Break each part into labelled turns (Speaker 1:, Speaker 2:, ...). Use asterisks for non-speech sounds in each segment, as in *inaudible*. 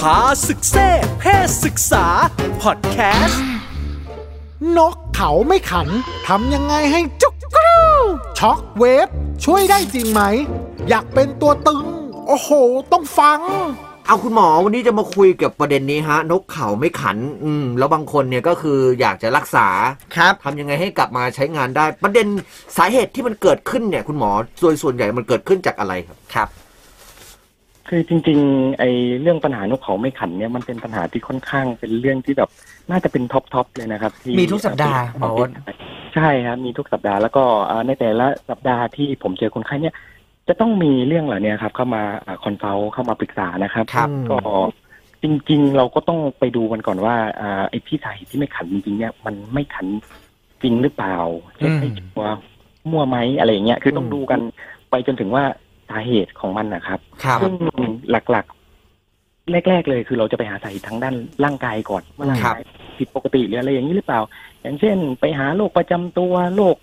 Speaker 1: พาศึกเซ่เพศศึกษา พอดแคสต์
Speaker 2: นกเขาไม่ขัน ทำยังไงให้จุกกรูช็อกเวฟ ช่วยได้จริงไหม อยากเป็นตัวตึง โอ้โห ต้องฟัง
Speaker 3: เอาคุณหมอวันนี้จะมาคุยเกี่ยวกับประเด็นนี้ฮะ นกเขาไม่ขัน อืม แล้วบางคนเนี่ยก็คืออยากจะรักษา
Speaker 4: ครับ
Speaker 3: ทำยังไงให้กลับมาใช้งานได้ ประเด็นสาเหตุที่มันเกิดขึ้นเนี่ยคุณหมอโดยส่วนใหญ่มันเกิดขึ้นจากอะไรครับครับ
Speaker 5: คือจริงๆ ไอ้เรื่องปัญหานกเขาไม่ขันเนี่ยมันเป็นปัญหาที่ค่อนข้างเป็นเรื่องที่แบบน่าจะเป็นท็อปทอปเลยนะครับที่
Speaker 4: มีทุกสัปดาห์หมอโอ๊ต
Speaker 5: ใช่ครับมีทุกสัปดาห์แล้วก็เอ่อในแต่ละสัปดาห์ที่ผมเจอคนไข้เนี่ย จะต้องมีเรื่องเหล่านี้ครับ เข้ามาคอนซัลเข้ามาปรึกษานะครับ
Speaker 3: ครับ
Speaker 5: ก็จริง ๆ เราก็ต้องไปดูมันก่อนว่าอ่าไอ้ที่สาเหตุที่ไม่ขันจริงๆเนี่ยมันไม่ขันจริงหรือเปล่าเช็คให้ชัวร์มั่วไหมอะไรอย่างเงี้ยคือต้อง
Speaker 3: อืม
Speaker 5: ดูกันไปจนถึงว่าสาเหตุของมันนะครับ
Speaker 3: ครับ
Speaker 5: ซึ่งหลักๆ แรก ๆ เลยคือเราจะไปหาสาเหตุทางด้านร่างกายก่อนว่าร่าง
Speaker 3: ครับ
Speaker 5: กายผิดปกติหรืออะไรอย่างนี้หรือเปล่า อย่างเช่น ไปหาโรคประจำตัวโรค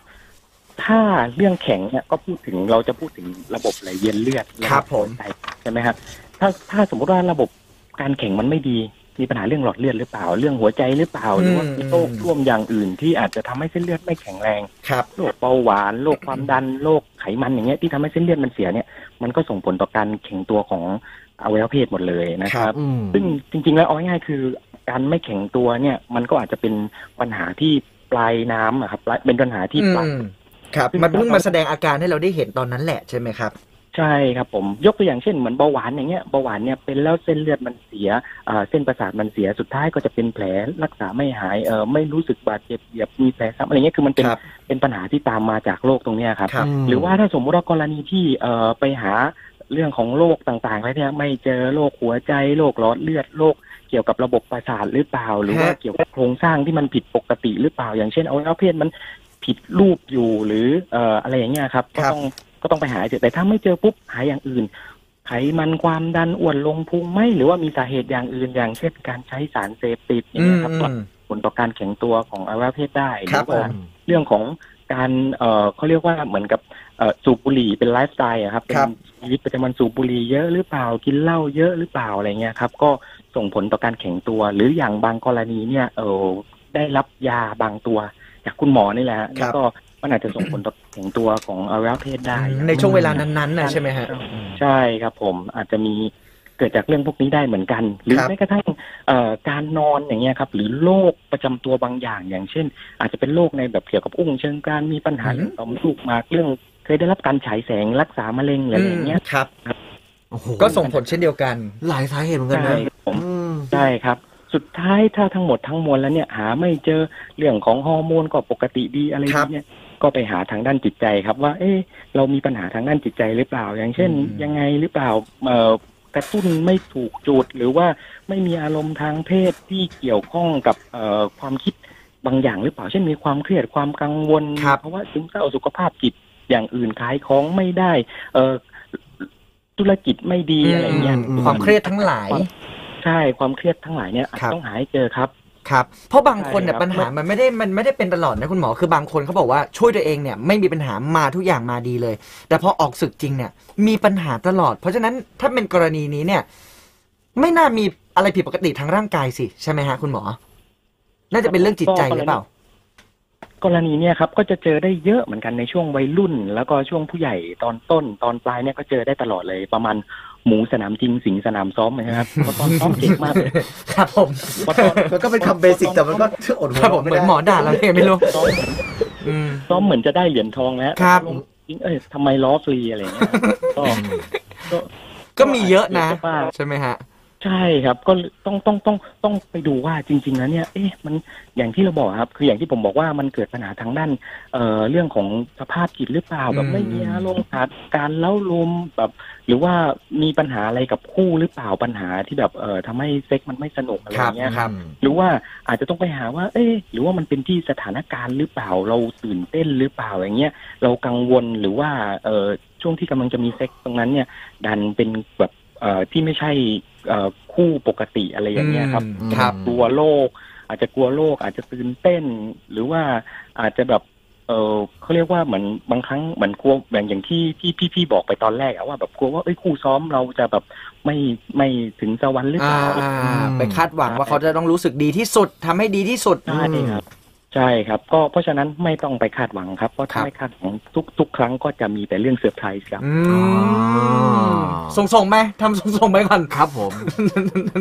Speaker 5: ถ้าเรื่องแข็งเนี่ยก็พูดถึงเราจะพูดถึงระบบไหลเวียนเลือดะ
Speaker 3: ครับผม
Speaker 5: หัวใจใช่ไหมครับถ้าถ้าสมมติว่าระบบการแข็งมันไม่ดี มีปัญหาเรื่องหลอดเลือดหรือเปล่า เรื่องหัวใจหรือเปล่าหรือว่ามีโรคร่วมอย่างอื่น ที่อาจจะทำให้เส้นเลือดไม่แข็งแรง
Speaker 3: ครับ
Speaker 5: โรคเบาหวานโรคความดันโรคไขมันอย่างเงี้ยที่ทำให้เส้นเลือดมันเสียเนี่ย มันก็ส่งผลต่อการแข็งตัวของอวัยวะเพศหมดเลยนะครับ
Speaker 3: อืม
Speaker 5: ซึ่งจริง ๆ แล้วเอาง่ายๆคือการไม่แข็งตัวเนี่ย มันก็อาจจะเป็นปัญหาที่ปลายน้ำอะครับปลายเป็นปัญหาที่ปลาย
Speaker 4: อืมครับ มันเพิ่งมาแสดงอาการให้เราได้เห็นตอนนั้นแหละใช่ไหมครับ
Speaker 5: ใช่ครับผมยกตัวอย่างเช่นเหมือนเบาหวานอย่างเงี้ยเบาหวานเนี่ยเป็นแล้วเส้นเลือดมันเสียอ่าเส้นประสาทมันเสียสุดท้ายก็จะเป็นแผลรักษาไม่หายเออไม่รู้สึกบาดเจ็บเหยียบมีแผลซ้ำอะไรเงี้ยคือมันเป็น
Speaker 4: ครับ
Speaker 5: เป็นปัญหาที่ตามมาจากโรคตรงเนี้ยครับ
Speaker 4: ครับ
Speaker 5: หรือว่าถ้าสมมติว่ากรณีที่เออไปหาเรื่องของโรคต่างๆแล้วเนี่ยไม่เจอโรคหัวใจโรคหลอดเลือดโรคเกี่ยวกับระบบประสาทหรือเปล่า หรือว่า
Speaker 4: ฮะ
Speaker 5: เกี่ยวกับโครงสร้างที่มันผิดปกติหรือเปล่า อย่างเช่นอวัยวะเพศมันผิดรูปอยู่หรือเอ่ออะไรอย่างเงี้ยครับ
Speaker 4: ค
Speaker 5: ก็
Speaker 4: รับ
Speaker 5: ต้องก็ต้องไปหาเจอแต่ถ้าไม่เจอปุ๊บหาอย่างอื่น ไขมันความดันอ้วนลงพุงไหมหรือว่ามีสาเหตุอย่างอื่นอย่างเช่นการใช้สารเสพติดอย่าง
Speaker 4: อื
Speaker 5: เงี้
Speaker 4: ม
Speaker 5: ยครับ
Speaker 4: อื
Speaker 5: ก็
Speaker 4: ม
Speaker 5: ผลต่อการแข็งตัวของอวัยวะเพศได้ห
Speaker 4: ครั
Speaker 5: รื
Speaker 4: บ
Speaker 5: อว่า
Speaker 4: ผม
Speaker 5: เรื่องของการเอ่อเขาเรียกว่าเหมือนกับเอ่อสูบบุหรี่เป็นไลฟ์สไตล์อะครับเป็
Speaker 4: ครั
Speaker 5: น
Speaker 4: บ
Speaker 5: ชีวิตประจำวันสูบบุหรี่เยอะหรือเปล่ากินเหล้าเยอะหรือเปล่าอะไรเงี้ยครับ ก็ส่งผลต่อการแข็งตัว หรืออย่างบางกรณีเนี่ยเออได้รับยาบางตัวจากคุณหมอนี่แหละฮะแล้วก็มันอาจจะส่งผลต่อแข็งตัวของอวัยวะเพศได้
Speaker 4: ในช่วงเวลานั้นๆนะใช่ไหมฮะ
Speaker 5: ใช่ครับผมอาจจะมีเกิดจากเรื่องพวกนี้ได้เหมือนกัน หรือ
Speaker 4: ครับ
Speaker 5: แม้กระทั่งเอ่อการนอนอย่างเงี้ยครับ หรือโรคประจำตัวบางอย่าง อย่างเช่น อาจจะเป็นโรคในแบบเกี่ยวกับอุ้งเชิงกรานมีปัญหา
Speaker 4: อืม
Speaker 5: เรื่องต่อมลูกหมากเรื่องเคยได้รับการฉายแสงรักษามะเร็งอะไรอย่างเงี้ย
Speaker 4: มครับ
Speaker 3: โอ้โห
Speaker 4: ก็ส่งผลเช่นเดียวกัน
Speaker 3: หลายสาเหตุเหมือนกันนะ
Speaker 5: ใช่ผม
Speaker 3: อืม
Speaker 5: ใช่ครับ สุดท้ายถ้าทั้งหมดทั้งมวลแล้วเนี่ยหาไม่เจอเรื่องของฮอร์โมนก็ปกติดีอะไร
Speaker 4: ครับ
Speaker 5: เนี่ยก็ไปหาทางด้านจิตใจครับว่า เอ๊ะเรามีปัญหาทางด้านจิตใจหรือเปล่า อย่างเช่น
Speaker 4: อืม
Speaker 5: ยังไงหรือเปล่าเอ่อกระตุ้นไม่ถูกจุดหรือว่าไม่มีอารมณ์ทางเพศที่เกี่ยวข้องกับเอ่อความคิดบางอย่างหรือเปล่า เช่นมีความเครียดความกังวล
Speaker 3: ครับ
Speaker 5: เพราะว่าซึมเศร้าสุขภาพจิตอย่างอื่นขายของไม่ได้ เอ่อธุรกิจไม่ดีอะไรเงี้ย
Speaker 3: อืม
Speaker 4: ความเครียดทั้งหลาย
Speaker 5: ใช่ความเครียดทั้งหลายเนี่ยอาจ
Speaker 3: ครับ
Speaker 5: ต้องหาให้เจอครับ
Speaker 4: ครับ เพราะบางคนเนี่ย
Speaker 5: ใช่ครับ
Speaker 4: ปัญหามันไม่ได้มันไม่ได้เป็นตลอดนะคุณหมอ คือบางคนเขาบอกว่าช่วยตัวเองเนี่ยไม่มีปัญหามาทุกอย่างมาดีเลย แต่พอออกศึกจริงเนี่ยมีปัญหาตลอด เพราะฉะนั้นถ้าเป็นกรณีนี้เนี่ย ไม่น่ามีอะไรผิดปกติทางร่างกายสิใช่ไหมฮะคุณหมอ น่าจะเป็นเรื่องจิตใจหรือเปล่า
Speaker 5: กรณีเนี่ยครับก็จะเจอได้เยอะเหมือนกันในช่วงวัยรุ่น แล้วก็ช่วงผู้ใหญ่ตอนต้น ตอนปลายเนี่ยก็เจอได้ตลอดเลยประมาณหมูสนามจริงสิงสนามซ้อมนะครับเพราะตอนซ้อมเก่งมากเลย
Speaker 4: *laughs* ครับผม
Speaker 5: เพราะตอน
Speaker 3: *laughs* มันก็เป็นคำเบสิกแต่มันก็อดหั
Speaker 4: คว รับผ
Speaker 3: เราะ
Speaker 4: ม
Speaker 3: ไม่
Speaker 4: เหมือน
Speaker 3: ได้
Speaker 4: หมอด่าเราเนี่ยไม่รู้
Speaker 5: ซ้อม
Speaker 4: อืม
Speaker 5: ซ้อมเหมือนจะได้เหรียญทองแล้ว
Speaker 4: ครับ
Speaker 5: ลงจริงเอ้ยทำไมล้อฟรีอะไรเงี้ย
Speaker 3: *laughs*
Speaker 5: ก็ก็
Speaker 4: ก็มีเยอะนะ
Speaker 5: เยอะมาก
Speaker 4: ใช่ไหมฮะ
Speaker 5: ใช่ครับก็ต้องต้องต้องต้องไปดูว่าจริง ๆ แล้วเนี่ยเอ๊ะมันอย่างที่เราบอกครับ คืออย่างที่ผมบอกว่ามันเกิดปัญหาทางด้านเอ่อเรื่องของสภาพจิตหรือเปล่าแบ
Speaker 4: อื
Speaker 5: บ
Speaker 4: ม
Speaker 5: ไม่มีอารมณ์ขาดการเล้าลมแบบ หรือว่ามีปัญหาอะไรกับคู่หรือเปล่าปัญหาที่แบบเอ่อทำให้เซ็กซ์มันไม่สนุกอะไรอย่างเงี้ยครับ หรือว่าอาจจะต้องไปหาว่า เอ๊ะหรือว่ามันเป็นที่สถานการณ์หรือเปล่า เราตื่นเต้นหรือเปล่าอย่างเงี้ย เรากังวลหรือว่า เอ่อ ช่วงที่กำลังจะมีเซ็กซ์ตรงนั้นเนี่ย ดันเป็นแบบ เอ่อ ที่ไม่ใช่ เอ่อ คู่ปกติอะไรอย่างเงี้ยครับ
Speaker 4: อืมครับ
Speaker 5: กลัวโรคอาจจะกลัวโรคอาจจะตื่นเต้น หรือว่าอาจจะแบบ เออเขาเรียกว่าเหมือนบางครั้งเหมือนกลัวแบบอย่างที่ที่พี่พี่บอกไปตอนแรกอะว่าแบบกลัวว่าเอ้ยครูซ้อมเราจะแบบไม่ไม่ถึงสวรรค์หรือเป
Speaker 4: อ่า
Speaker 5: ล่า
Speaker 4: อ่าไปคาดหวังว่าเขาจะต้องรู้สึกดีที่สุดทำให้ดีที่สุด
Speaker 5: ใช่ครับใช่ครับก็เพราะฉะนั้นไม่ต้องไปคาดหวังครับ เพราะ
Speaker 4: ครั
Speaker 5: ถ้า
Speaker 4: บ
Speaker 5: ไม่คาดหวังทุกทุกครั้งก็จะมีแต่เรื่องเซอร์ไพรส์ครับ
Speaker 4: อื
Speaker 3: อ๋
Speaker 4: ม
Speaker 3: อ
Speaker 4: ส่งส่งๆไหมทำส่งส่งๆไหมก่อน
Speaker 3: ครับผม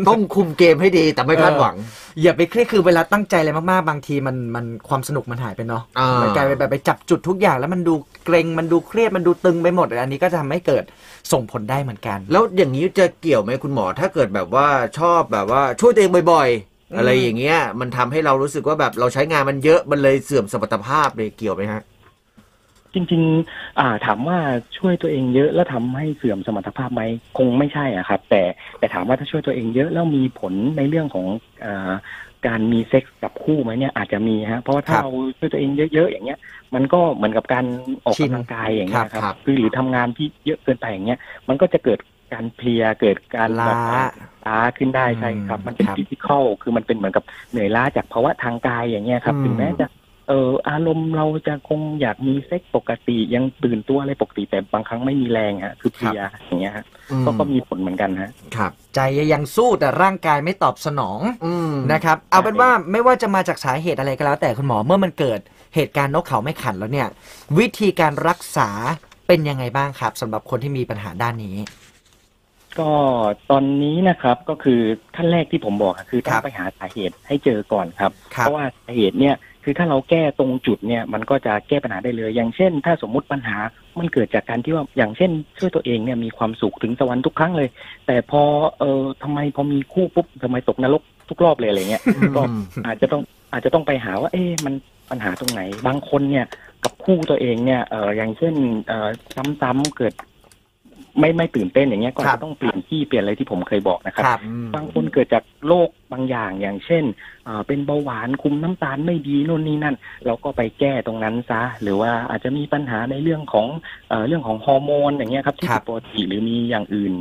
Speaker 3: ต้องคุมเกมให้ดีแต่ไม่คาดหวัง
Speaker 4: อย่าไปเครียดคือเวลาตั้งใจอะไรมากๆ บางทีมันมันความสนุกมันหายไปเนาะ
Speaker 3: อ่ามั
Speaker 4: นกลายเป็นแบบไปจับจุดทุกอย่างแล้วมันดูเกรงมันดูเครียดมันดูตึงไปหมดอันนี้ก็จะทำให้เกิดส่งผลได้เหมือนกัน
Speaker 3: แล้วอย่างนี้จะเกี่ยวไหมคุณหมอ ถ้าเกิดแบบว่าชอบแบบว่าช่วยตัวเองบ่อยๆ
Speaker 4: อืม
Speaker 3: อะไรอย่างเงี้ย มันทำให้เรารู้สึกว่าแบบเราใช้งานมันเยอะมันเลยเสื่อมสมรรถภาพเลยเกี่ยวไหมฮะ
Speaker 5: จริง ๆ อ่าถามว่าช่วยตัวเองเยอะแล้วทำให้เสื่อมสมรรถภาพไหมคงไม่ใช่อะครับ แต่แต่ถามว่าถ้าช่วยตัวเองเยอะแล้วมีผลในเรื่องของอ่าการมีเซ็กส์กับคู่ไหมเนี่ยอาจจะมีฮะเพราะว่าถ้า
Speaker 4: ครับ
Speaker 5: เราช่วยตัวเองเยอะๆอย่างเงี้ย มันก็เหมือนกับการออกกำลังกายอย่างเงี้ย
Speaker 4: ค
Speaker 5: ครับ รับ
Speaker 4: ครับ
Speaker 5: คือหรือทำงานที่เยอะเกินไปอย่างเงี้ยมันก็จะเกิดการเพลียเกิดการ
Speaker 4: ล้า
Speaker 5: แบบล้าขึ้นได้ใช่ครับ มันเป็น
Speaker 3: ครับ
Speaker 5: ฟิสิกอลคือมันเป็นเหมือนกับเหนื่อยล้าจากภาวะทางกายอย่างเงี้ยครับถึงแม้จะ เอออารมณ์เราจะคงอยากมีเซ็กปกติยังตื่นตัวอะไรปกติแต่บางครั้งไม่มีแรงฮะคือเพลียอย่างเงี้ยฮะก็ก็มีผลเหมือนกันฮะ
Speaker 3: ครับ
Speaker 4: ใจยังสู้แต่ร่างกายไม่ตอบสนอง
Speaker 3: อืม
Speaker 4: นะครับเอาเป็นว่าไม่ว่าจะมาจากสาเหตุอะไรก็แล้ว แต่คุณหมอเมื่อมันเกิดเหตุการณ์นกเขาไม่ขันแล้วเนี่ย วิธีการรักษาเป็นยังไงบ้างครับสำหรับคนที่มีปัญหาด้านนี้
Speaker 5: ก็ตอนนี้นะครับก็คือขั้นแรกที่ผมบอกอะคือต้อ
Speaker 4: ครั
Speaker 5: ง
Speaker 4: บ
Speaker 5: ไปหาสาเหตุให้เจอก่อนครับ
Speaker 4: ครั
Speaker 5: เพ
Speaker 4: บ
Speaker 5: ราะว่าสาเหตุเนี่ยคือถ้าเราแก้ตรงจุดเนี่ยมันก็จะแก้ปัญหาได้เลย อย่างเช่น ถ้าสมมุติปัญหามันเกิดจากการที่ว่าอย่างเช่น ช่วยตัวเองเนี่ยมีความสุขถึงสวรรค์ทุกครั้งเลย แต่พอเออทำไมพอมีคู่ปุ๊บทำไมตกนรกทุกรอบเลยอะไรเงี้ยก็
Speaker 3: อืม
Speaker 5: อาจจะต้องอาจจะต้องไปหาว่าเอ๊ะมันปัญหาตรงไหน บางคนเนี่ยกับคู่ตัวเองเนี่ยเอออย่างเช่นเออซ้ำๆเกิด ไม่ไม่ตื่นเต้นอย่างเงี้ยก็อาจ
Speaker 4: ครับ
Speaker 5: จะต้องเปลี่ยนที่เปลี่ยนอะไรที่ผมเคยบอกนะครับ
Speaker 4: ครับ
Speaker 5: บางคนเกิดจากโรคบางอย่างอย่างเช่นเอ่อเป็นเบาหวานคุมน้ำตาลไม่ดีนู่นนี่นั่น เราก็ไปแก้ตรงนั้นซะ หรือว่าอาจจะมีปัญหาในเรื่องของเออเรื่องของฮอร์โมนอย่างเงี้ยครับที่
Speaker 4: ครั
Speaker 5: ผิ
Speaker 4: บ
Speaker 5: ดปกติหรือมีอย่างอื่น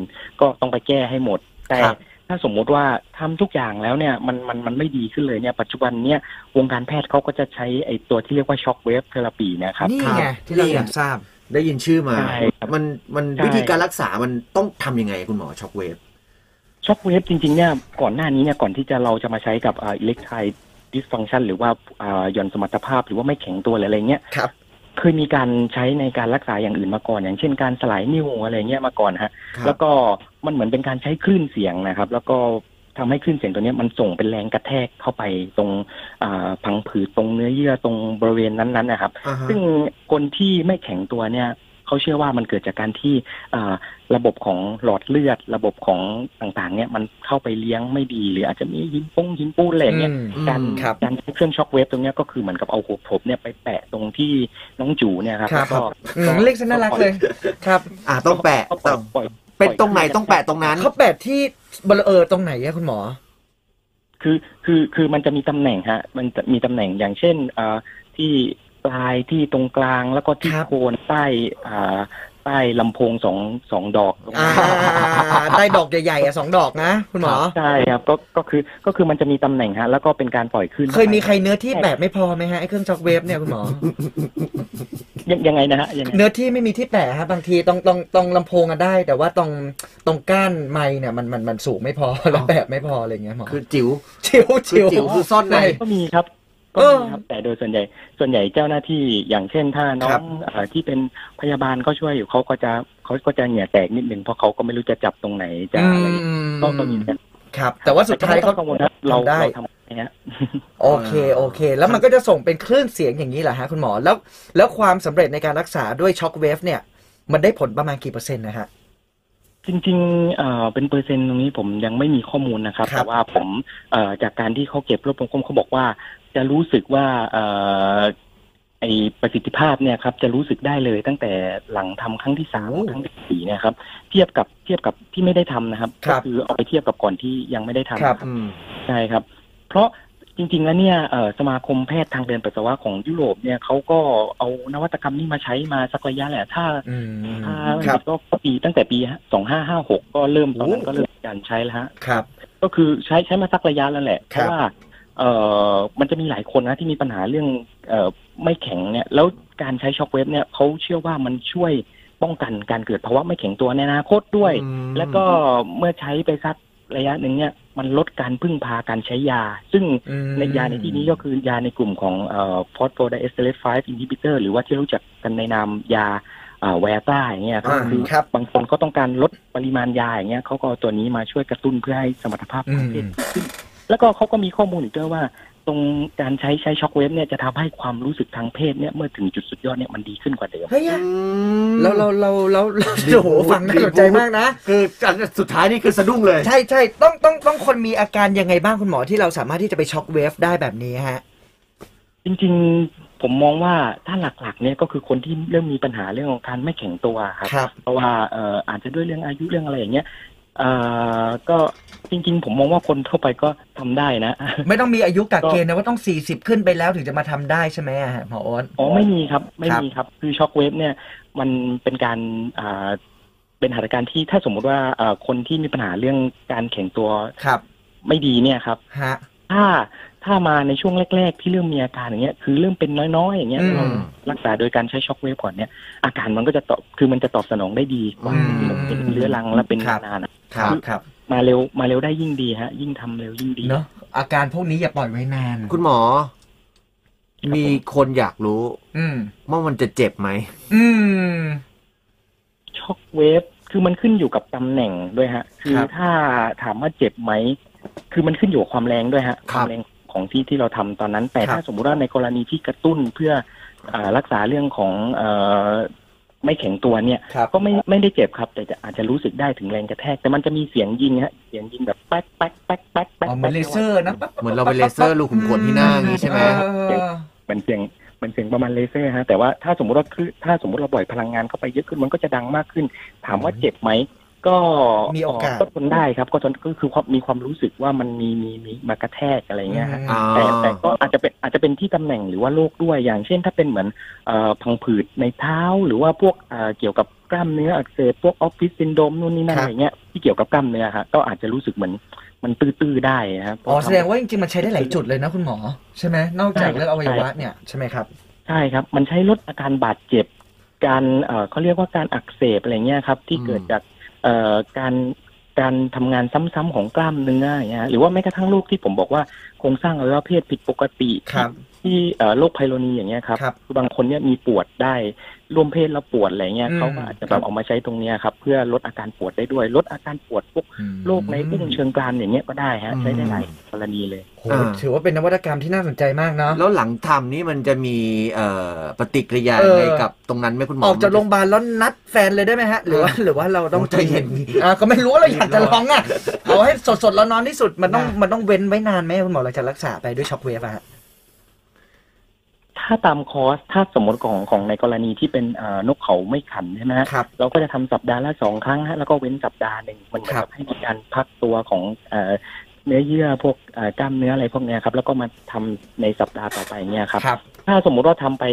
Speaker 5: ก็ต้องไปแก้ให้หมด แต่
Speaker 4: ครับ
Speaker 5: ถ้าสมมุติว่าทำทุกอย่างแล้วเนี่ยมันมันมันไม่ดีขึ้นเลยเนี่ยปัจจุบันเนี่ยวงการแพทย์เขาก็จะใช้ไอตัวที่เรียกว่าช็อคเวฟเทอราปีนะครับ
Speaker 4: นี่
Speaker 3: ครับ
Speaker 4: ไงที่เราอยากทราบ
Speaker 3: ได้ยินชื่อมา
Speaker 5: ใช่ครับ
Speaker 3: มันมัน
Speaker 5: ใช่
Speaker 3: วิธีการรักษามันต้องทำยังไงคุณหมอช็อกเวฟ
Speaker 5: ช็อคเวฟจริงๆเนี่ยก่อนหน้านี้เนี่ยก่อนที่จะเราจะมาใช้กับอิเล็กไทดิสฟังชันหรือว่าอ่าหย่อนสมรรถภาพหรือว่าไม่แข็งตัวหรืออะไรเงี้ย
Speaker 3: ครับ
Speaker 5: เคยมีการใช้ในการรักษาอย่างอื่นมาก่อน อย่างเช่นการสลายนิ้วอะไรเงี้ยมาก่อนฮะ
Speaker 3: ครับ
Speaker 5: แล้วก็มันเหมือนเป็นการใช้คลื่นเสียงนะครับ แล้วก็ทำให้คลื่นเสียงตัวเนี้ยมันส่งเป็นแรงกระแทกเข้าไปตรงอ่าพังผืดตรงเนื้อเยื่อตรงบริเวณนั้นๆนะครับ
Speaker 3: อ่าฮะ
Speaker 5: ซึ่งคนที่ไม่แข็งตัวเนี่ยเขาเชื่อว่ามันเกิดจากการที่อ่าระบบของหลอดเลือด ระบบของต่างๆ เนี่ยมันเข้าไปเลี้ยงไม่ดี หรืออาจจะมีหินปุ้งหินปูนอะไรอย่างเงี้ย
Speaker 3: อืม
Speaker 5: การ
Speaker 4: ครับ
Speaker 5: การใช้เครื่องช็อคเวฟตรงเนี้ยก็คือเหมือนกับเอาหัวผมเนี่ยไปแปะตรงที่น้องจูเนี่ยครับ
Speaker 4: ครับ
Speaker 5: แล้วก็
Speaker 4: อืมเล็กซะน่ารักเลยครับ
Speaker 3: อ่าต้องแปะ
Speaker 5: ก็ป
Speaker 3: ต้
Speaker 5: ล่
Speaker 3: อ
Speaker 5: อย
Speaker 3: ง
Speaker 5: ปล่อย
Speaker 3: เป็นตรงไหนต้องแปะตรงนั้น
Speaker 4: เขาแปดที่บลเออตรงไหนอะคุณหมอ
Speaker 5: คือคือคือมันจะมีตำแหน่งฮะมันจะมีตำแหน่งอย่างเช่นอ่าที่ปลายที่ตรงกลางแล้วก็ที่
Speaker 4: ครับ
Speaker 5: โคนใต้อ่าใต้ลำโพงสองสองดอกตรง
Speaker 4: อ่า
Speaker 5: นั้น
Speaker 4: ได้ดอกใหญ่ๆอ่ะสองดอกนะ คุณหมอ
Speaker 5: ใช่ครับก็ก็คือก็คือมันจะมีตำแหน่งฮะ แล้วก็เป็นการปล่อยขึ้น
Speaker 4: เคยมีใครเนื้อที่แบบไม่พอไหมฮะไอ้เครื่องช็อคเวฟเนี่ยคุณหมอ
Speaker 5: ยังยังไงนะฮะยังไง
Speaker 4: เนื้อที่ไม่มีที่แปะฮะบางทีตรงตรงตรงลำโพงอะได้ แต่ว่าตรงตรงก้านไม้เนี่ยมันมันมันสูงไม่พอ *laughs* แล้วแปะไม่พออะไรอย่างเงี้ยหมอ
Speaker 3: คือจิ๋ว
Speaker 4: จิ๋วจิ๋ว
Speaker 3: คือจิ๋วคือซ่อนใน
Speaker 5: ก็มีครับก็มีครับแต่โดยส่วนใหญ่ส่วนใหญ่เจ้าหน้าที่อย่างเช่นถ้าน้อ
Speaker 4: ครั
Speaker 5: ง
Speaker 4: บ
Speaker 5: เอ่อที่เป็นพยาบาลก็ช่วยอยู่เขาก็จะเขาก็จะเหงี่ยแตกนิดนึงเพราะเขาก็ไม่รู้จะจับตรงไหนจะ
Speaker 4: อื
Speaker 5: อะไร
Speaker 4: ม
Speaker 5: ก็ก็มีนะครับ
Speaker 4: แต่ว่าสุดท้าย
Speaker 5: แต่ก็ไม่ต้
Speaker 4: เขา
Speaker 5: องกังวลครับเรา
Speaker 4: ทำได้
Speaker 5: เราทำนะฮะ
Speaker 4: โอเคโอเค แล้วมันก็จะส่งเป็นคลื่นเสียงอย่างนี้เหรอฮะคุณหมอแล้ว แล้วความสำเร็จในการรักษาด้วยช็อคเวฟเนี่ยมันได้ผลประมาณกี่เปอร์เซ็นต์นะฮะ
Speaker 5: จริงๆเอ่อเป็นเปอร์เซ็นต์ตรงนี้ผมยังไม่มีข้อมูลนะครับ
Speaker 4: ครับ
Speaker 5: แต่ว่าผมเอ่อจากการที่เขาเก็บรวบรวมข้อมูลเขาบอกว่า จะรู้สึกว่าเอ่อไอประสิทธิภาพเนี่ยครับจะรู้สึกได้เลยตั้งแต่หลังทำครั้งที่สาม
Speaker 4: โอ้
Speaker 5: ครั้งที่สี่เนะครับ เทียบกับเทียบกับที่ไม่ได้ทำนะครับ
Speaker 4: ครั
Speaker 5: ก็
Speaker 4: บ
Speaker 5: คือเอาไปเทียบกับก่อนที่ยังไม่ได้ทำ
Speaker 4: ครับ
Speaker 3: อืม
Speaker 5: ใช่ครับ เพราะจริง ๆ แล้วเนี่ยเอ่อสมาคมแพทย์ทางเดินปัสสาวะของยุโรปเนี่ยเขาก็เอานวัตกรรมนี้มาใช้มาสักระยะแหละถ้า
Speaker 4: อืม
Speaker 5: ถ้า
Speaker 4: ค
Speaker 5: ไม่
Speaker 4: รับ
Speaker 5: ผิดก็ปีตั้งแต่ปีสองห้าห้าหกก็เริ่มตอนนั้น
Speaker 4: โอ้
Speaker 5: ก็เริ่มการใช้แล้วฮะ
Speaker 4: ครับ
Speaker 5: ก็คือใช้ใช้มาสักระยะแล้วแหละ
Speaker 4: ค
Speaker 5: เพ
Speaker 4: รับ
Speaker 5: ราะว่าเออมันจะมีหลายคนนะที่มีปัญหาเรื่องเออ ไม่แข็งเนี่ย แล้วการใช้ช็อกเวฟเนี่ยเขาเชื่อว่ามันช่วยป้องกันการเกิดภาวะไม่แข็งตัวในอนาคตด้วย
Speaker 3: อืม
Speaker 5: แล้วก็เมื่อใช้ไปสักระยะหนึ่งเนี่ย มันลดการพึ่งพาการใช้ยา ซึ่ง
Speaker 4: อืม
Speaker 5: ในยาในที่นี้ก็คือยาในกลุ่มของฟอสโฟไดเอสเตอเลตไฟฟ์อินฮิบิเตอร์หรือว่าที่รู้จักกันในนามยาแวร์ต้าอย่างเงี้ยครับ
Speaker 3: อ่า
Speaker 5: คือ
Speaker 4: ครับ
Speaker 5: บางคนก็ต้องการลดปริมาณยาอย่างเงี้ยเขาก็เอาตัวนี้มาช่วยกระตุ้นเพื่อให้สมรรถภาพทางเพศดีขึ้น แล้วก็เขาก็มีข้อมูลอีกด้วยว่า ตรงการใช้ใช้ช็อคเวฟเนี่ยจะทำให้ความรู้สึกทางเพศเนี่ยเมื่อถึงจุดสุดยอดเนี่ยมันดีขึ้นกว่าเดิม
Speaker 4: เฮ้ยอะเราเราเราเราเรา
Speaker 3: ดี
Speaker 4: โอ้โห
Speaker 3: บู๊ด
Speaker 4: ฟังน่า
Speaker 3: ดี
Speaker 4: สนใจ
Speaker 3: บู๊ด
Speaker 4: มากนะ
Speaker 3: คืออันสุดท้ายนี่คือสะดุ้งเลย
Speaker 4: ใช่ใช่ต้องต้องต้องคนมีอาการยังไงบ้างคุณหมอที่เราสามารถที่จะไปช็อกเวฟได้แบบนี้ฮะ
Speaker 5: จริงๆผมมองว่าถ้าหลักๆเนี่ยก็คือคนที่เริ่มมีปัญหาเรื่องของการไม่แข็งตัวครับ
Speaker 4: ครับ
Speaker 5: เพราะว่าเอ่ออาจจะด้วยเรื่องอายุเรื่องอะไรอย่างเงี้ยเอ่อก็จริง ๆ ผมมองว่าคนทั่วไปก็ทำได้นะ
Speaker 4: ไม่ต้องมีอายุกักเกณฑ์นะว่าต้อง 40 ขึ้นไปแล้วถึงจะมาทำได้ใช่ไหมอะฮะหมออ้น
Speaker 5: อ๋อไม่มีครับไม่มีครับคือช็อคเวฟเนี่ยมันเป็นการอ่าเป็นหัตถการที่ถ้าสมมุติว่าเอ่อคนที่มีปัญหาเรื่องการแข็งตัว
Speaker 4: ครับ
Speaker 5: ไม่ดีเนี่ยครับ
Speaker 4: ฮะ
Speaker 5: ถ้าถ้ามาในช่วงแรก ๆ ที่เริ่มมีอาการอย่างเงี้ยคือเริ่มเป็นน้อยๆอย่างเงี้ย
Speaker 4: อืม
Speaker 5: เรารักษาโดยการใช้ช็อคเวฟก่อนเนี่ยอาการมันก็จะตอบคือมันจะตอบสนองได้ดีกว่า
Speaker 3: อืม
Speaker 5: ที่มันเป็นเรื้อรังและเป็นนานๆอะ
Speaker 3: ครับครับ
Speaker 5: มาเร็วมาเร็วได้ยิ่งดีฮะ ยิ่งทำเร็วยิ่งดี
Speaker 4: เนอะอาการพวกนี้อย่าปล่อยไว้นาน
Speaker 3: คุณหมอ มีคนอยากรู้
Speaker 4: อืม
Speaker 3: ว่ามันจะเจ็บไหม
Speaker 4: อืม
Speaker 5: ช็อคเวฟคือมันขึ้นอยู่กับตำแหน่งด้วยฮะ คือ
Speaker 4: ครับ
Speaker 5: ถ้าถามว่าเจ็บไหม คือมันขึ้นอยู่กับความแรงด้วยฮะ
Speaker 3: ค
Speaker 5: ค
Speaker 3: รั
Speaker 5: วา
Speaker 3: บ
Speaker 5: มแรงของที่ที่เราทำตอนนั้น แต่
Speaker 3: ครับ
Speaker 5: ถ้าสมมุติว่าในกรณีที่กระตุ้นเพื่ออารักษาเรื่องของเออไม่แข็งตัวเนี่ย
Speaker 4: ครับ
Speaker 5: ก็ไม่ไม่ได้เจ็บครับ แต่จะอาจจะรู้สึกได้ถึงแรงกระแทก แต่มันจะมีเสียงยิงฮะเสียงยิงแบบแป๊กแป๊กแป๊กแป๊กแป๊ก
Speaker 4: อ๋อเหมือนเลเซอร์นะ
Speaker 3: เหมือนเราไปเลเซอร์รูขุมขนที่หน้าอย่างนี้ใช่ไหม
Speaker 4: เออ
Speaker 5: มันเสียงมันเสียงประมาณเลเซอร์ฮะแต่ว่าถ้าสมมติว่าคือถ้าสมมติเราปล่อยพลังงานเข้าไปเยอะขึ้นมันก็จะดังมากขึ้น ถามว่าเจ็บไหมก็
Speaker 4: มีโอกาส
Speaker 5: ก็ทนได้ครับ ก็ทนก็คือความมีความรู้สึกว่ามันมีมีมีมากระแทกอะไรอย่างเงี้ยฮะ
Speaker 3: อ่า
Speaker 5: แต่แต่ก็อาจจะเป็นอาจจะเป็นที่ตำแหน่งหรือว่าโรคด้วยอย่างเช่น ถ้าเป็นเหมือนเอ่อพังผืดในเท้าหรือว่าพวกเอ่อเกี่ยวกับกล้ามเนื้ออักเสบพวกออฟฟิศซินโดมนู่นนี่นั่น
Speaker 4: ครับ
Speaker 5: อะไรเงี้ยที่เกี่ยวกับกล้ามเนื้อฮะก็อาจจะรู้สึกเหมือนมันตื้อๆได้ครับ
Speaker 4: อ๋อแสดงว่าจริงๆมันใช้ได้หลายจุดเลยนะคุณหมอ ใช่ไหมนอกจากเรื่องอวัยวะเนี่ยใช่ไหมครับ
Speaker 5: ใช่ครับ มันใช้ลดอาการบาดเจ็บ การเอ่อเขาเรียกว่าการอักเสบอะไรเงี้ยครับที่
Speaker 3: อืม
Speaker 5: เกิดจากเอ่อการการทำงานซ้ำๆของกล้ามเนื้ออย่างเงี้ยฮะหรือว่าแม้กระทั่งโรคที่ผมบอกว่าโครงสร้างอวัยวะเพศผิดปกติ
Speaker 4: ครับ
Speaker 5: ที่เอ่อโรคไพโรนีอย่างเงี้ยครับ
Speaker 4: ครับ
Speaker 5: คือบางคนเนี่ยมีปวดได้ร่วมเพศแล้วปวดอะไรเงี้ย
Speaker 4: อืม
Speaker 5: เขาก็อาจจะ
Speaker 4: ค
Speaker 5: แบ
Speaker 4: รั
Speaker 5: บบ เอามาใช้ตรงเนี้ยครับเพื่อลดอาการปวดได้ด้วย ลดอาการปวดพวกโรคในอุ้งเชิงกรานอย่างเงี้ยก็ได้ฮะใช้ได้หลายกรณีเลย
Speaker 4: โหถือว่าเป็นนวัตกรรมที่น่าสนใจมากเนาะ
Speaker 3: แล้วหลังทำนี่มันจะมีเอ่อปฏิกิริยา
Speaker 4: เออ
Speaker 3: ไงกับตรงนั้นไหมคุณหมอ
Speaker 4: ออกจากโรงพยาบาลแล้วนัดแฟนเลยได้ไหมฮะ หรือว่าหรือว่าเราต้อง
Speaker 3: โอ้ใจเย็น
Speaker 4: อ่าก็ไม่รู้ว่าเราอยากจะ
Speaker 3: เย็นร้อน
Speaker 4: ร้องอ่ะเอาให้สดๆแล้วนอนที่สุดมันต้อง
Speaker 3: นะ
Speaker 4: มันต้องเว้นไว้นานไหมคุณหมอหลังจากรักษาไปด้วยช็อกเวฟอะฮะ
Speaker 5: ถ้าตามคอร์สถ้าสมมติของของในกรณีที่เป็นเอ่อนกเขาไม่ขันใช่ไหมฮะ
Speaker 4: ครับ
Speaker 5: เราก็จะทำสัปดาห์ละสองครั้งฮะแล้วก็เว้นสัปดาห์หนึ่งมันเหมือน
Speaker 4: ครั
Speaker 5: กั
Speaker 4: บบ
Speaker 5: ให้มีการพักตัวของเอ่อเนื้อเยื่อพวกเอ่อกล้ามเนื้ออะไรพวกเนี้ยครับ แล้วก็มาทำในสัปดาห์ต่อไปเนี้ยครับ
Speaker 4: ครับ
Speaker 5: ถ้าสมมุติว่าทำไป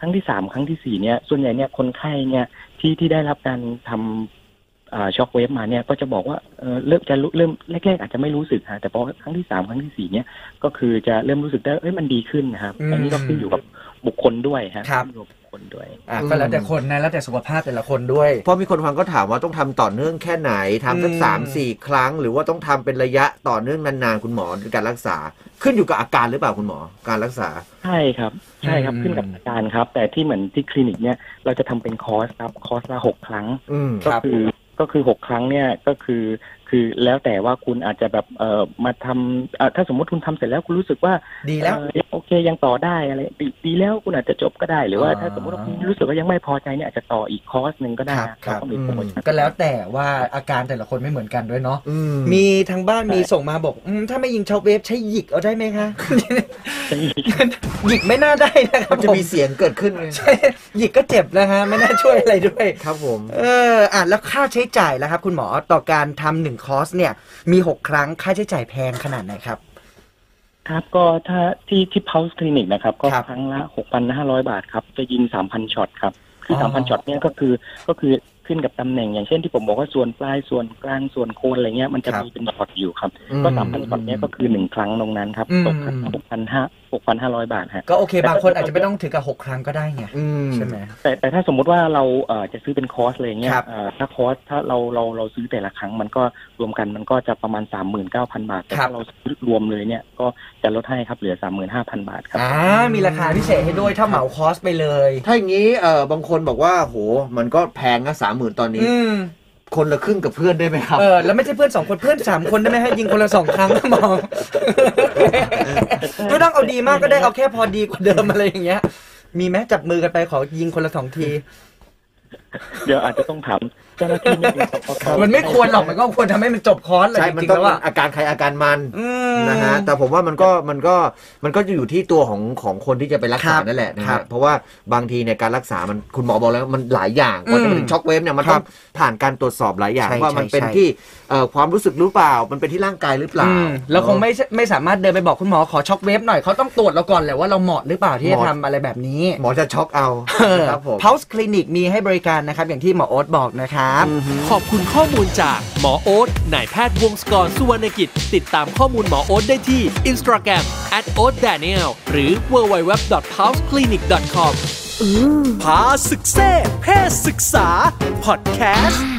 Speaker 5: ครั้งที่สามครั้งที่สี่เนี่ย ส่วนใหญ่เนี่ยคนไข้เนี่ยที่ที่ได้รับการทำช็อคเวฟมาเนี่ยก็จะบอกว่าเอ่อเริ่มจะรู้เริ่มแรกๆอาจจะไม่รู้สึกฮะแต่พอครั้งที่สามครั้งที่สี่เนี่ยก็คือจะเริ่มรู้สึกได้เอ้ยมันดีขึ้นนะครับ
Speaker 4: อืม
Speaker 5: อันนี้ก็ขึ้นอยู่กับบุคคลด้วยฮะ
Speaker 4: ครับ
Speaker 5: ขึ้นอยู่กับุคคลด้วย
Speaker 4: อ่ะก็แล้วแต่คนนะแล้วแต่สุขภาพแต่ละคนด้วย
Speaker 3: เพราะมีคนฟังก็ถามว่าต้องทำต่อเนื่องแค่ไหนทำสั
Speaker 4: อื
Speaker 3: ก
Speaker 4: ม
Speaker 3: สามสี่ครั้ง หรือว่าต้องทำเป็นระยะต่อเนื่องนานๆคุณหมอในการรักษา ขึ้นอยู่กับอาการหรือเปล่าคุณหมอการรักษา
Speaker 5: ใช่ครับ ใช่ครับ
Speaker 4: อืม
Speaker 5: ขึ้นกับอาการครับ แต่ที่เหมือนที่คลินิกเนี่ยเราจะทำเป็นคอร์สครับคอร์สละหกครั้ง
Speaker 3: อืม
Speaker 4: ครับ
Speaker 5: คือก็คือหกครั้งเนี่ยก็คือคือแล้วแต่ว่าคุณอาจจะแบบเอ่อมาทำเอ่อถ้าสมมติคุณทำเสร็จแล้วคุณรู้สึกว่า
Speaker 4: ดีแล้ว
Speaker 5: เอ่อโอเคยังต่อได้อะไรดีดีแล้วคุณอาจจะจบก็ได้หรือว่า
Speaker 4: อ่า
Speaker 5: ถ้าสมมติว่าคุณรู้สึกว่ายังไม่พอใจเนี่ยอาจจะต่ออีกคอร์สหนึ่งก็ได้
Speaker 4: ครับครับ
Speaker 5: แล้วก็มีโปรโมชั่น
Speaker 4: ก็แล้วแต่ว่าอาการแต่ละคนไม่เหมือนกันด้วยเนาะ
Speaker 3: อืม
Speaker 4: มีทางบ้านมี
Speaker 5: ใช่
Speaker 4: ส่งมาบอกอมถ้าไม่ยิงช็อกเวฟใช้หยิกเอาได้ไหม
Speaker 3: *laughs*
Speaker 4: คะ
Speaker 5: ใช่
Speaker 4: หยิกไม่น่าได้นะครับ
Speaker 3: มันจะมี
Speaker 4: ผ
Speaker 3: เสียงเกิดขึ้นไง
Speaker 4: ใช่หยิกก็เจ็บนะฮะไม่น่าช่วยอะไรด้วย
Speaker 3: ครับผม
Speaker 4: เอออ่ะแล้วค่าใช้จ่ายแล้วครับ คุณหมอต่อการทำหนึ่งคอร์สเนี่ย มีหกครั้งค่าใช้จ่ายแพงขนาดไหนครับ
Speaker 5: ครับก็ถ้าที่ที่ Pulse Clinic นะครับก็
Speaker 4: ครับ
Speaker 5: ครั้งละ 6,500 บาทครับ จะยิง 3,000 ช็อตครับคืออ
Speaker 4: อ
Speaker 5: 3,000 ช็อตเนี่ยก็คือก็คือ ขึ้นกับตำแหน่งอย่างเช่นที่ผมบอกว่าส่วนปลายส่วนกลางส่วนโคนอะไรเงี้ยมันจะ
Speaker 3: ครับ
Speaker 5: มีเป็นหลอดอยู่ครับ
Speaker 3: อืม
Speaker 5: ก็สามพันหลอดเนี้ยก็คือหนึ่งครั้งตรงนั้นครับ
Speaker 4: อืม
Speaker 5: ตกหกพันห้าหกพันห้าร้อยบาทฮะ
Speaker 4: ก็โอเค บางคนอาจจะไม่ต้องถึงกับหกครั้งก็ได้ไง
Speaker 3: อืม
Speaker 4: ใช่ไหม
Speaker 5: แต่แต่ถ้าสมมุติว่าเราเอ่อจะซื้อเป็นคอร์สเลยเงี้ย
Speaker 3: ครับ
Speaker 5: เอ่อถ้าคอร์สถ้าเราเราเราซื้อแต่ละครั้งมันก็รวมกันมันก็จะประมาณ 39,000 บาท แต่
Speaker 4: ครับ
Speaker 5: ถ้าเราซื้อรวมเลยเนี่ยก็จะลดให้ครับเหลือ 35,000 บาทครับ
Speaker 4: อ่ามีราคาพิเศษให้ด้วยถ้าเหมาคอสไปเลย
Speaker 3: ถ้าอย่างนี้เออบางคนบอกว่าโหมันก็แพงนะสามหมื่นตอนนี้
Speaker 4: อืม
Speaker 3: คนละครึ่งกับเพื่อนได้ไหมครับ
Speaker 4: เออ แล้วไม่ใช่เพื่อนสองคนเพื่อนสามคนได้ไหมให้ยิงคนละสองครั้ง
Speaker 3: *laughs*
Speaker 4: หมอไม่ต้องเอาดีมากก็ได้เอาแค่พอดีกว่าเดิมอะไรอย่างเงี้ย มีไหมจับมือกันไปขอยิงคนละสองที
Speaker 5: เดี๋ยวอาจจะต้องถามเจ้าหน้าที่นิดนึงครับเพราะเขา
Speaker 4: มันไม่ควรหรอกมันก็ควรทำให้มันจบคอร์สเลย
Speaker 3: ใช่
Speaker 4: จ
Speaker 3: มัน
Speaker 4: ริงๆ
Speaker 3: ต้อง
Speaker 4: แล้วอ่ะ
Speaker 3: อาการใครอาการมัน
Speaker 4: อืม
Speaker 3: นะฮะแต่ผมว่ามันก็มันก็มันก็อยู่ที่ตัวของของคนที่จะไปรักษา
Speaker 4: ครับ
Speaker 3: นั่นแหละนะ
Speaker 4: ครั
Speaker 3: ฮะ
Speaker 4: บ
Speaker 3: เพราะว่าบางทีเนี่ยการรักษามันคุณหมอบอกแล้วมันหลายอย่างก
Speaker 4: อืม
Speaker 3: ว่าจะมาถึงช็อกเวฟเนี่ยมัน
Speaker 4: ค
Speaker 3: ต้อ
Speaker 4: รั
Speaker 3: บ งผ่านการตรวจสอบหลายอย่าง
Speaker 4: ใช่
Speaker 3: ว่ามัน
Speaker 4: ใช่
Speaker 3: เป็น
Speaker 4: ใช่
Speaker 3: ที่เอ่อความรู้สึกหรือเปล่า มันเป็นที่ร่างกายหรือเปล่า
Speaker 4: อืมเราคง
Speaker 3: นอะ
Speaker 4: ไม่ใช่ไม่สามารถเดินไปบอกคุณหมอขอช็อกเวฟหน่อยเขาต้องตรวจเราก่อนแหละว่าเราเหมาะหรือเปล่าที่
Speaker 3: หมอ
Speaker 4: จะทำอะไรแบบนี้
Speaker 3: หมอจะช็อกเอานะครับผม
Speaker 4: เพาส์คลินิกมีให้บริการนะครับ อย่างที่หมอโอ๊ตบอกนะครับ
Speaker 1: ขอบคุณข้อมูลจากหมอโอ๊ตนายแพทย์วงศกรสุวรรณกิจ ติดตามข้อมูลหมอโอ๊ตได้ที่ Instagram at o d a n i e l หรือ www.houseclinic.com พาศึกเซ่เพศศึกษา พอดแคสต์